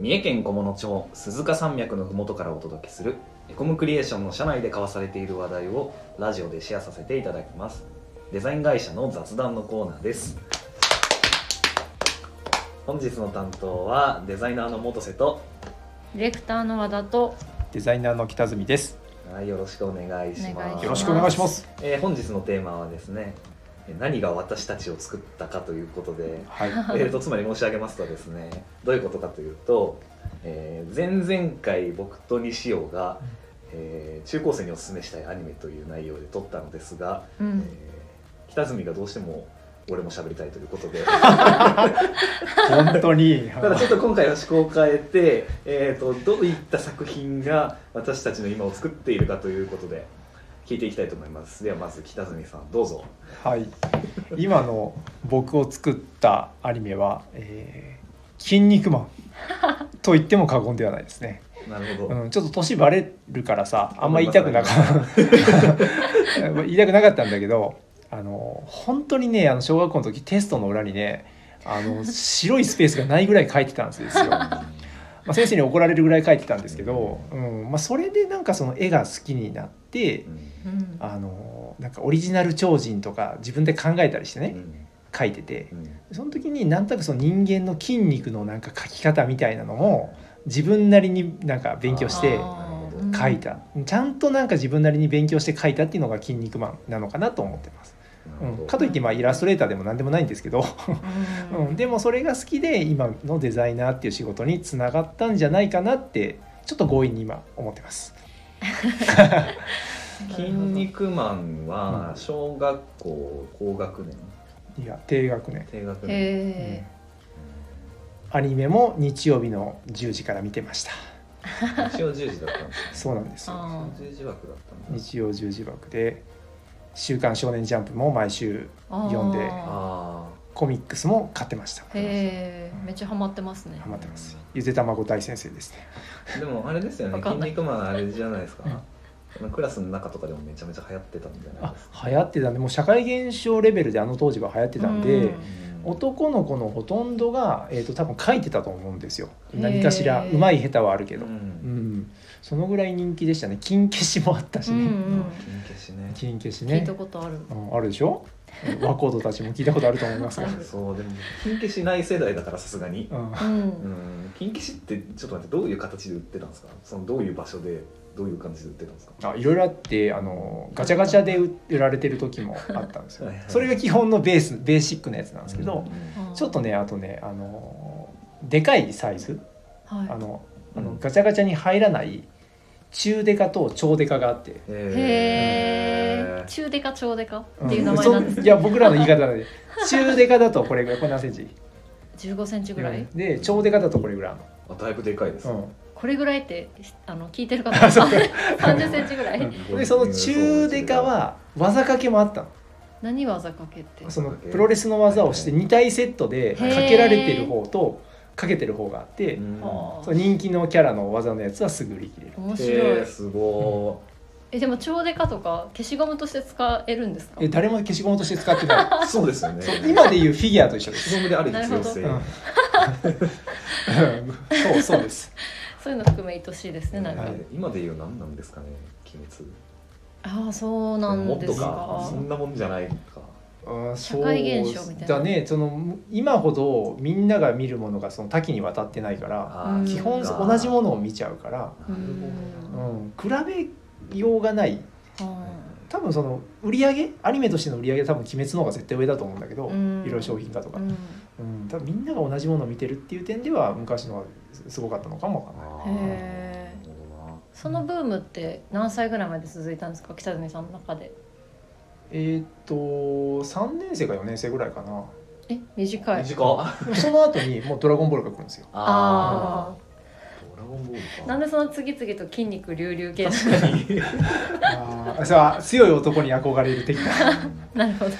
三重県菰野町鈴鹿山脈のふもとからお届けするエコムクリエーションの社内で交わされている話題をラジオでシェアさせていただきますデザイン会社の雑談のコーナーです本日の担当はデザイナーの元瀬とディレクターの和田とデザイナーの北角です。はいよろしくお願いしお願いしまますすよろしくお願いします。えー本日のテーマはですねえー何が私たちを作ったかということではい。 えーとつまり申し上げますとですねどういうことかというと、えー前々回僕と西尾が、えー中高生におすすめしたいアニメという内容で撮ったのですが、うえーん、北角がどうしても俺も喋りたいということで本当 に。ただちょっと今回は趣向を変えて、えー、とどういった作品が私たちの今を作っているかということで聞いていきたいと思いますではまず北角さんどうぞはい。今の僕を作ったアニメは、えー、筋肉マンと言っても過言ではないですね。なるほど、うん、ちょっと年バレるからさ、あんま言いたくなかった。 言いたくなかったんだけど、あの本当にね、あの小学校の時テストの裏にね。あの白いスペースがないぐらい書いてたんですよ。まあ、先生に怒られるぐらい書いてたんですけど、うんまあ、それでなんかその絵が好きになってう、んうん、あのなんかオリジナル超人とか自分で考えたりしてね書いててうんうんその時になんとなくその人間の筋肉のなんか描き方みたいなのも自分なりになんか勉強してあー書いた、ちゃんとなんか自分なりに勉強して書いたっていうのが「筋肉マン」なのかなと思ってます、なるうほどん、かといってまあイラストレーターでも何でもないんですけど、うん、うん、でもそれが好きで今のデザイナーっていう仕事につながったんじゃないかなってちょっと強引に今思ってます。筋肉マンはうん小学校高学年いや低学年低学年へアニメも日曜日の10時から見てました日曜10時だったんですね そうなんですあよ日ー曜10時枠だったんだ日曜10時枠で「週刊少年ジャンプ」も毎週え読読んであコミックスも買ってましたへえめっちゃハマってますねハマってますゆで卵大先生ですねあでもあれですよねわか筋んない肉マンあれじゃないですかうあのクラスの中とかでもめちゃめちゃ流行ってたんじゃないあですか流行ってたんでもう社会現象レベルであの当時は流行ってたんで、うん男の子のほとんどが、えー、と多分書いてたと思うんですよへー何かしらうまい下手はあるけけど、ううんん、そのぐらい人気でしたね金消しもあったしうんうね、ん、金消しね金消し聞いねたことある、うんあるでしょ和光ドたちも聞いたことあると思いますが、うんそうでも金消しない世代だからさすがにうんうんうん金消しってちょっと待ってどういう形で売ってたんですかそのどういう場所でどういう感じで売ってたんですかあいろいろあってあのガチャガチャで売られてる時もあったんですよはいはいそれが基本のベースベーシックなやつなんですけうどん、うんちょっとねあとねあのでかいサイズはいあのあうのんガチャガチャに入らない中デカと超デカがあって。へえ中デカ超デカうんっていう名前なんですそういや僕らの言い方で中デカだとこれぐらいこれ何センチ十五センチぐらい、で超デカだとこれぐらいああだいぶでかいです、るの、これぐらいってあの聞いてる方あそうか三十センチぐらい、うん、でその中デカは技かけもあったの何技かけってそのプロレスの技をして2体セットでかけられてる方とかけてる方があってうんはそあの人気のキャラの技のやつはすぐ売り切れる面白へいえすごえでも超デカとか消しゴムとして使えるんですかえ誰も消しゴムとして使ってないいそうです よねそう今でいうフィギュアと一緒です、白ムである必要性うんそうそうですそういうの含め愛しいですねなんか、ははい今で言う何なんですかね鬼滅ああそうなんもっでとすかかそんなもんじゃないかうん社会現象みたいなそうだねその今ほどみんなが見るものがその多岐にわたってないからあーうん基本そっか同じものを見ちゃうから、なるうほどん、比べようがないは多分その売り上げアニメとしての売り上げは多分「鬼滅」の方が絶対上だと思うんだけど、うんいろいろ商品化とあかう、んうん、多分みんなが同じものを見てるっていう点では昔のはすごかったのかもわかんないあーへーなるほどなそのブームって何歳ぐらいまで続いたんですか北谷さんの中でえーっと3年生か4年生ぐらいかなえ短い短でもその後にもう「ドラゴンボール」が来るんですよああードラゴンボールあかなんでその次々と筋肉隆々系確かに ああさあ強い男に憧れる的な、なるほどうん、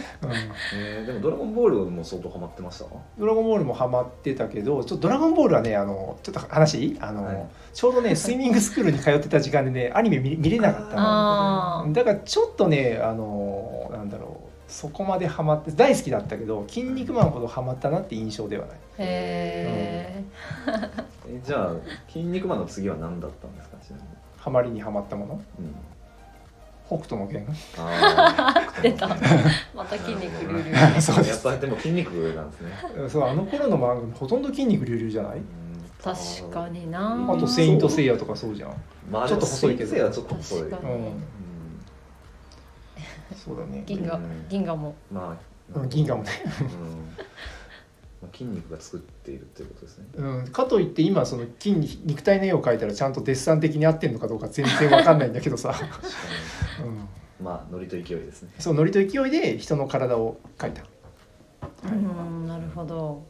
えーでもドラゴンボールも相当ハマってましたドラゴンボールもハマってたけどちょっと「ドラゴンボール」はねあのちょっと話いいあの、はいちょうどねスイミングスクールに通ってた時間でねアニメ見見れなかったのああだからちょっとねあのなんだろうそこまでハマって大好きだったけど「筋肉マン」ほどハマったなって印象ではないへえじゃあ「筋肉マン」の次は何だったんですかちなみに、ハマりにハマったものうん、北斗の拳あー 出たえまた筋肉隆々なるほどねそうですやっぱでも筋肉上なんですね そうあの頃の漫画ほとんど筋肉隆々じゃない確かにうなんあと「セイント・セイヤ」とかそうじゃんまあ、ちょっと細いけどでもスイーツはちょっと細い、確かうにんそうだね銀河うん銀河もまあうん銀河も、もね、うんまあ、筋肉が作っているっていうことですねうん、かといって今その筋に肉体の絵を描いたらちゃんとデッサン的に合ってるのかどうか全然わかんないんだけど さ、確かうん、にまあノリと勢いですねそうノリと勢いで人の体を描いたうはいんなるほど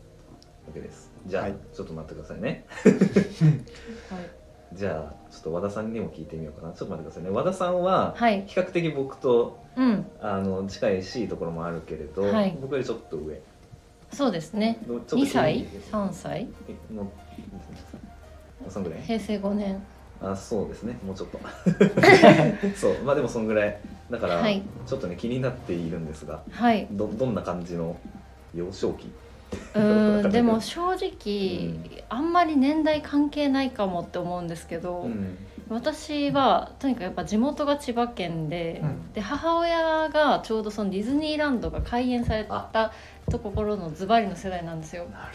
OK ですじゃあ、はいちょっと待ってくださいねはいじゃあちょっと和田さんにも聞いてみようかなちょっと待ってくださいね和田さんははい比較的僕とうんあの近いしいところもあるけれど、はい僕よりちょっと上そうですねちょっと2歳筋肉3歳えのそんぐらい平成5年あそうですねもうちょっ とそうまあでもそんぐらいだから、はいちょっとね気になっているんですがはいどどんな感じの幼少期うーんでも正う直、んあんまり年代関係ないかもって思うんですけど、ん私はとにかくやっぱ地元が千葉県で,、うんで母親がちょうどそのディズニーランドが開園されたところのズバリの世代なんですよ。な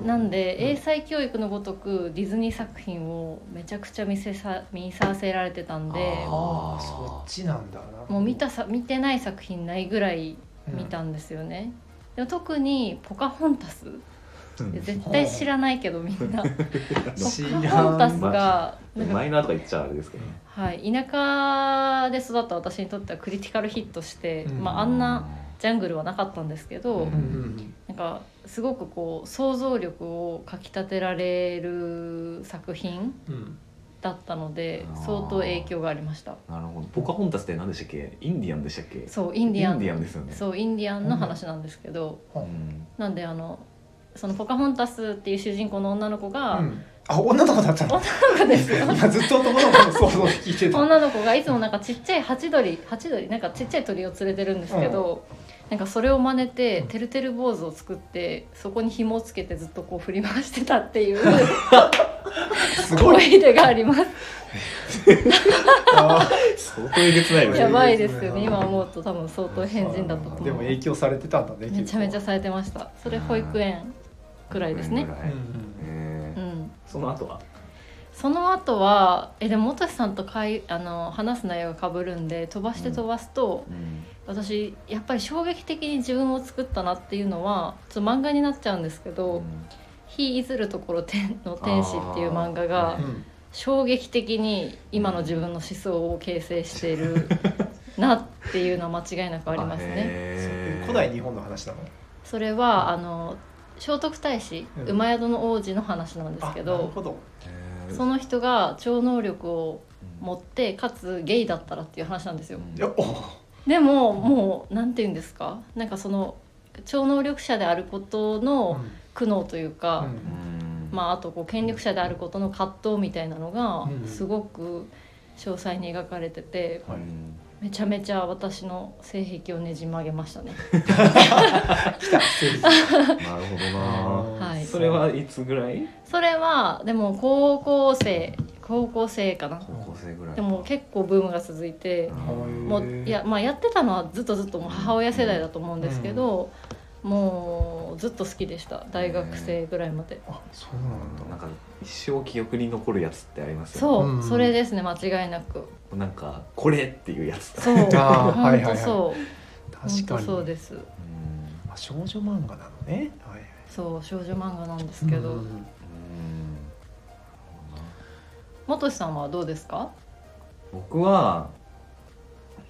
るなんで、うん英才教育のごとくディズニー作品をめちゃくちゃ見せさ見させられてたんであああそっちなんだなもう見たさ見てない作品ないぐらいうん見たんですよね。でも特に「ポカホンタス」うん絶対知らないけどみんな。知ポカホらンタんスがなんかマイナーとか言っちゃあれですけどねはい、田舎で育った私にとってはクリティカルヒットして、うんまあ、あんなジャングルはなかったんですけど、うんうんなんかすごくこう想像力をかきたてられる作品うんうんだったのであー相当影響がありましたなるほどポカホンタスって何でしたっけインディアンでしたっけそうインディアンですよねそうインディアンの話なんですけど、んなんであのそのポカホンタスっていう主人公の女の子が、うんあ女の子だったの女の子ですよ今ずっと男の子の想像で聞いてた女の子がいつもなんかちっちゃいハチドリハチドリなんかちっちゃい鳥を連れてるんですけど、なんかそれを真似ててるてる坊主を作ってそこに紐をつけてずっとこう振り回してたっていう すごい思い出がありますあ相当えげつないうんですやねばいですよね今思うと多分相当変人だったとー思でもう影響されてたんだねめちゃめちゃ結されてましたそれ保育園くらいですねぐら構いうんえうーんその後はその後はえでも元志さんとかいあの話す内容がかぶるんで飛ばして飛ばすと、私やっぱり衝撃的に自分を作ったなっていうのはちょっと漫画になっちゃうんですけど「日いずるところ天の天使」っていう漫画あがーうん衝撃的に今の自分の思想を形成してい るなっていうのは間違いなくありますね。ね古代日本の話なのそれはあの聖徳太子うん馬宿の王子の話なんですけあなるどほどその人が超能力を持ってかつゲイだったらっていう話なんですよ。いやおーでももうなんて言うんですかなんかその超能力者であることの苦悩というか、まあ、あとこう権力者であることの葛藤みたいなのがうんすごく詳細に描かれててあめちゃめちゃ私の性癖をねじ曲げましたね。来たセリフなるほどなはいそれはいつぐらいそれはでも高校生高校生かな高校生ぐらいでも結構ブームが続いてうんもへうーいや,、まあ、やってたのはずっとずっともう母親世代だと思うんですけど、もうずっと好きでした大学生ぐらいまで。あそうなんだなんか一生記憶に残るやつってありますよねそう、うんそれですね間違いなくなんかこれっていうやつそうあー は本いはいは当いそう確本か当にそうですうんあ少女漫画なのねはいはいそう少女漫画なんですけど、ううんんもとしさんはどうですか？僕は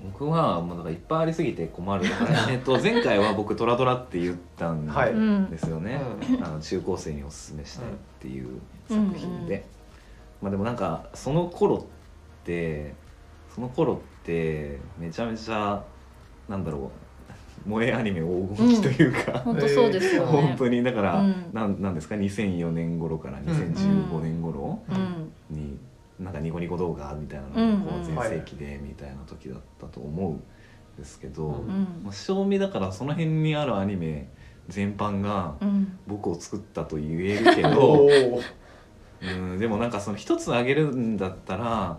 僕はもうなんかいっぱいありすぎて困るだから、えっと、前回は僕「トラドラ」って言ったんはいうんで、すよね、うあの中高生におすすめしたいっていう作品で、うんまあでもなんかその頃ってその頃ってめちゃめちゃなんだろう萌えアニメ黄金期というか、本当そうですよ ね。本当にだから、うんなんなんですか2004年頃から2015年頃うんに、なんかニコニコ動画みたいなのがこうんううん全盛期でみたいな時だったと思うですけど、うんうんまあ、正味だからその辺にあるアニメ全般がうん僕を作ったと言えるけ ど、うん、でもなんかその一つ挙げるんだったら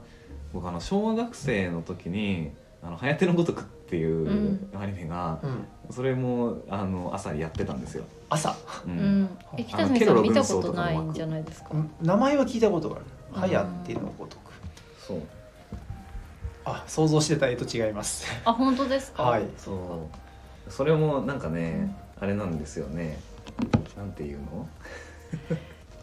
僕あの小学生の時に「あの早手のごとく」っていうアニメが、うん、それもあの朝やってたんですよ。朝ううんんえ北住さん見たことないんじゃないですか名前は聞いたことがある「あーはやってのごとくそう」あ想像してた絵と違いますあ本当ですかはいそうそれもなんかね、あれなんですよねなんていうの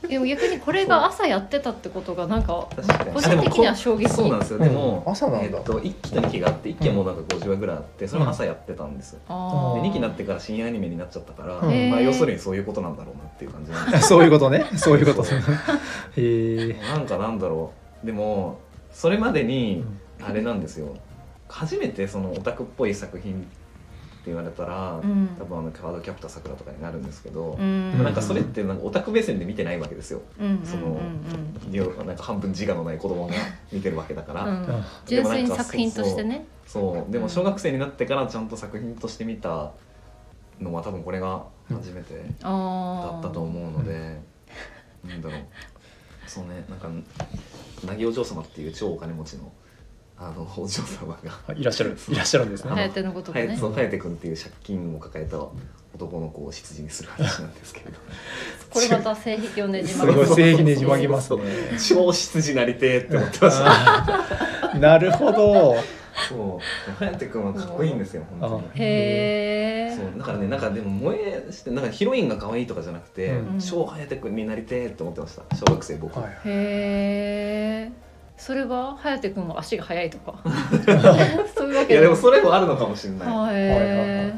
でも逆にこれが朝やってたってことがなんか確かに個人的には衝撃そうなんですよでも、うん朝なんだえっと、1期と2期があって1期はもうなんか50話ぐらいあってそれも朝やってたんですよ、あでー2期になってから深夜アニメになっちゃったから、うんまあ、要するにそういうことなんだろうなっていう感じなんで そういう ことねそういうことそうへえなんかなんだろうでもそれまでにあれなんですよ初めてそのオタクっぽい作品って言われたら、うん多分あのカードキャプターさくらとかになるんですけど、うんなんかそれってなんかオタク目線で見てないわけですようんそのうんうん要はなんか半分自我のない子供が見てるわけだから、うんうんあ純粋に作品としてねそうでも小学生になってからちゃんと作品として見たのは多分これが初めてだああったと思うので、なんだろうそうねなんかなぎお嬢様っていう超お金持ちのあのお嬢様がいらっしゃるいらっしゃるんですあのね颯のことかはいねそう颯君っていう借金を抱えた男の子を執事にする話なんですけれ どこれまた性癖をねじすそ曲うげそうごいそう正義ねじ曲げますね 超執事なりてえって思ってましたあーなるほどそう颯君はかっこいいんですよ本当に。へそえうだからねなんかでも萌えしてなんかヒロインが可愛いとかじゃなくて、うん超颯君になりてえって思ってました小学生僕、はいへえそれは颯君も足が速いと かそういうわい、けやでもはそれもあるのかもしれない、いはいはいはいなる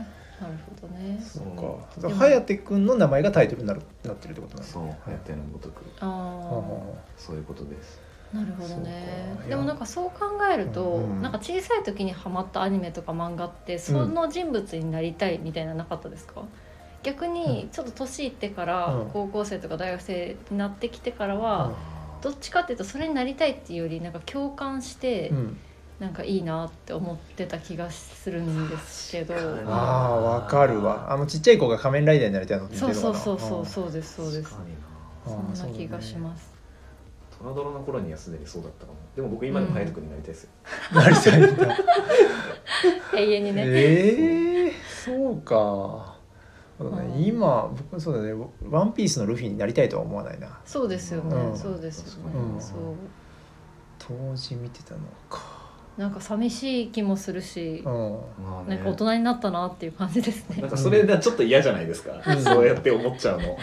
ほどねそそううか颯君の名前がタイトルになるなってるってことなんですそう颯のごとくああそういうことですなるほどそうねかいでやもなんかそう考えると、うんうんなんか小さい時にハマったアニメとか漫画ってその人物になりたいみたいなのなかったですか、逆にちょっと年いってから、うん高校生とか大学生になってきてからは、どっちかっていうとそれになりたいっていうよりなんか共感して、うんなんかいいなって思ってた気がするんですけど確かにああわかるわあのちっちゃい子が仮面ライダーになりたいのって言っそてうるのそうかなそうそうそうですそうです確かになあーそんな気がします、トラドラの頃にはすでにそうだったかもでも僕今でも颯君になりたいですよ、 なりたいんだ永遠にね、ええそうかそうだねうん今僕そうだね「ワンピースのルフィになりたいとは思わないなそうですよね、うんそうですよね、うんそう当時見てたのかなんか寂しい気もするしう、んまあねなんか大人になったなっていう感じですね なん。かそれがちょっと嫌じゃないですか、うんそうやって思っちゃうの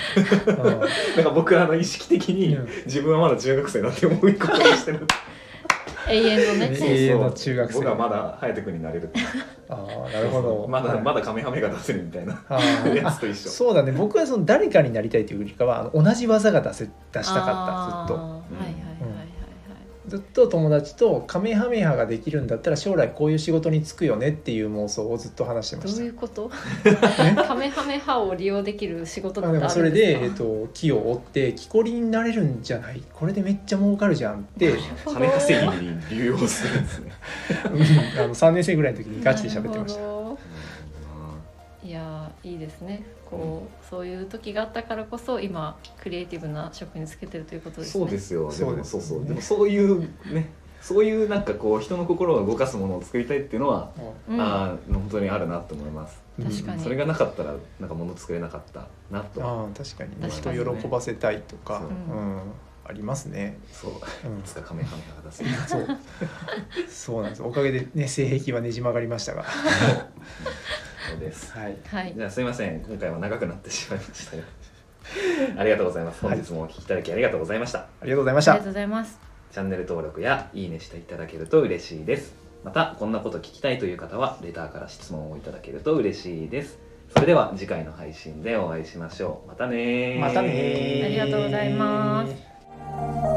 うんなんか僕あの意識的にうん自分はまだ中学生だって思い込みしてる永遠のえね。永遠の中学生僕はまだ颯君になれるああなるほどまだまだだカメハメが出せるみたいなあーやつと一緒そうだね僕はその誰かになりたいというよりかはあの同じ技が出せ出したかったずっとあーはいはいはいはいはい。ずっと友達とカメハメハができるんだったら将来こういう仕事に就くよねっていう妄想をずっと話してまどうしたいうこと？ カメハメハを利用できる仕事だあっでてあもそるれんでで、えすっか？と、木を折って木こりになれるんじゃないこれでめっちゃ儲かるじゃ んって、うん金稼ぎに流用するんですね。あの3年生ぐらいの時にガチで喋ってましたなるほどいやーいいですね。こうそういう時があったからこそ今クリエイティブな職につけてるということですね。そうですよ。でそうもですそようそねう。でもそういうね、そういうなんかこう人の心を動かすものを作りたいっていうのは、うん。あー本当にあるなと思います。うん確かにそれがなかったらなんか物作れなかったなと。ああ確かにね確人かにねを喜ばせたいとか、そううんありますね、そう。ういんつ、かカメハメハが出せる。そうそうなんですおかげでね性癖はねじ曲がり ましたがそうです。はいはいじ。ゃあすいません。今回は長くなってしまいましたが。 ありがとうございます。本日もお聞きいただきありがとうございました。ありがとうございましありがたとうございます。チャンネル登録やいいねしていただけると嬉しいです。また、こんなこと聞きたいという方は、レターから質問をいただけると嬉しいです。それでは次回の配信でお会いしましょう。またねーまたねありがとうございます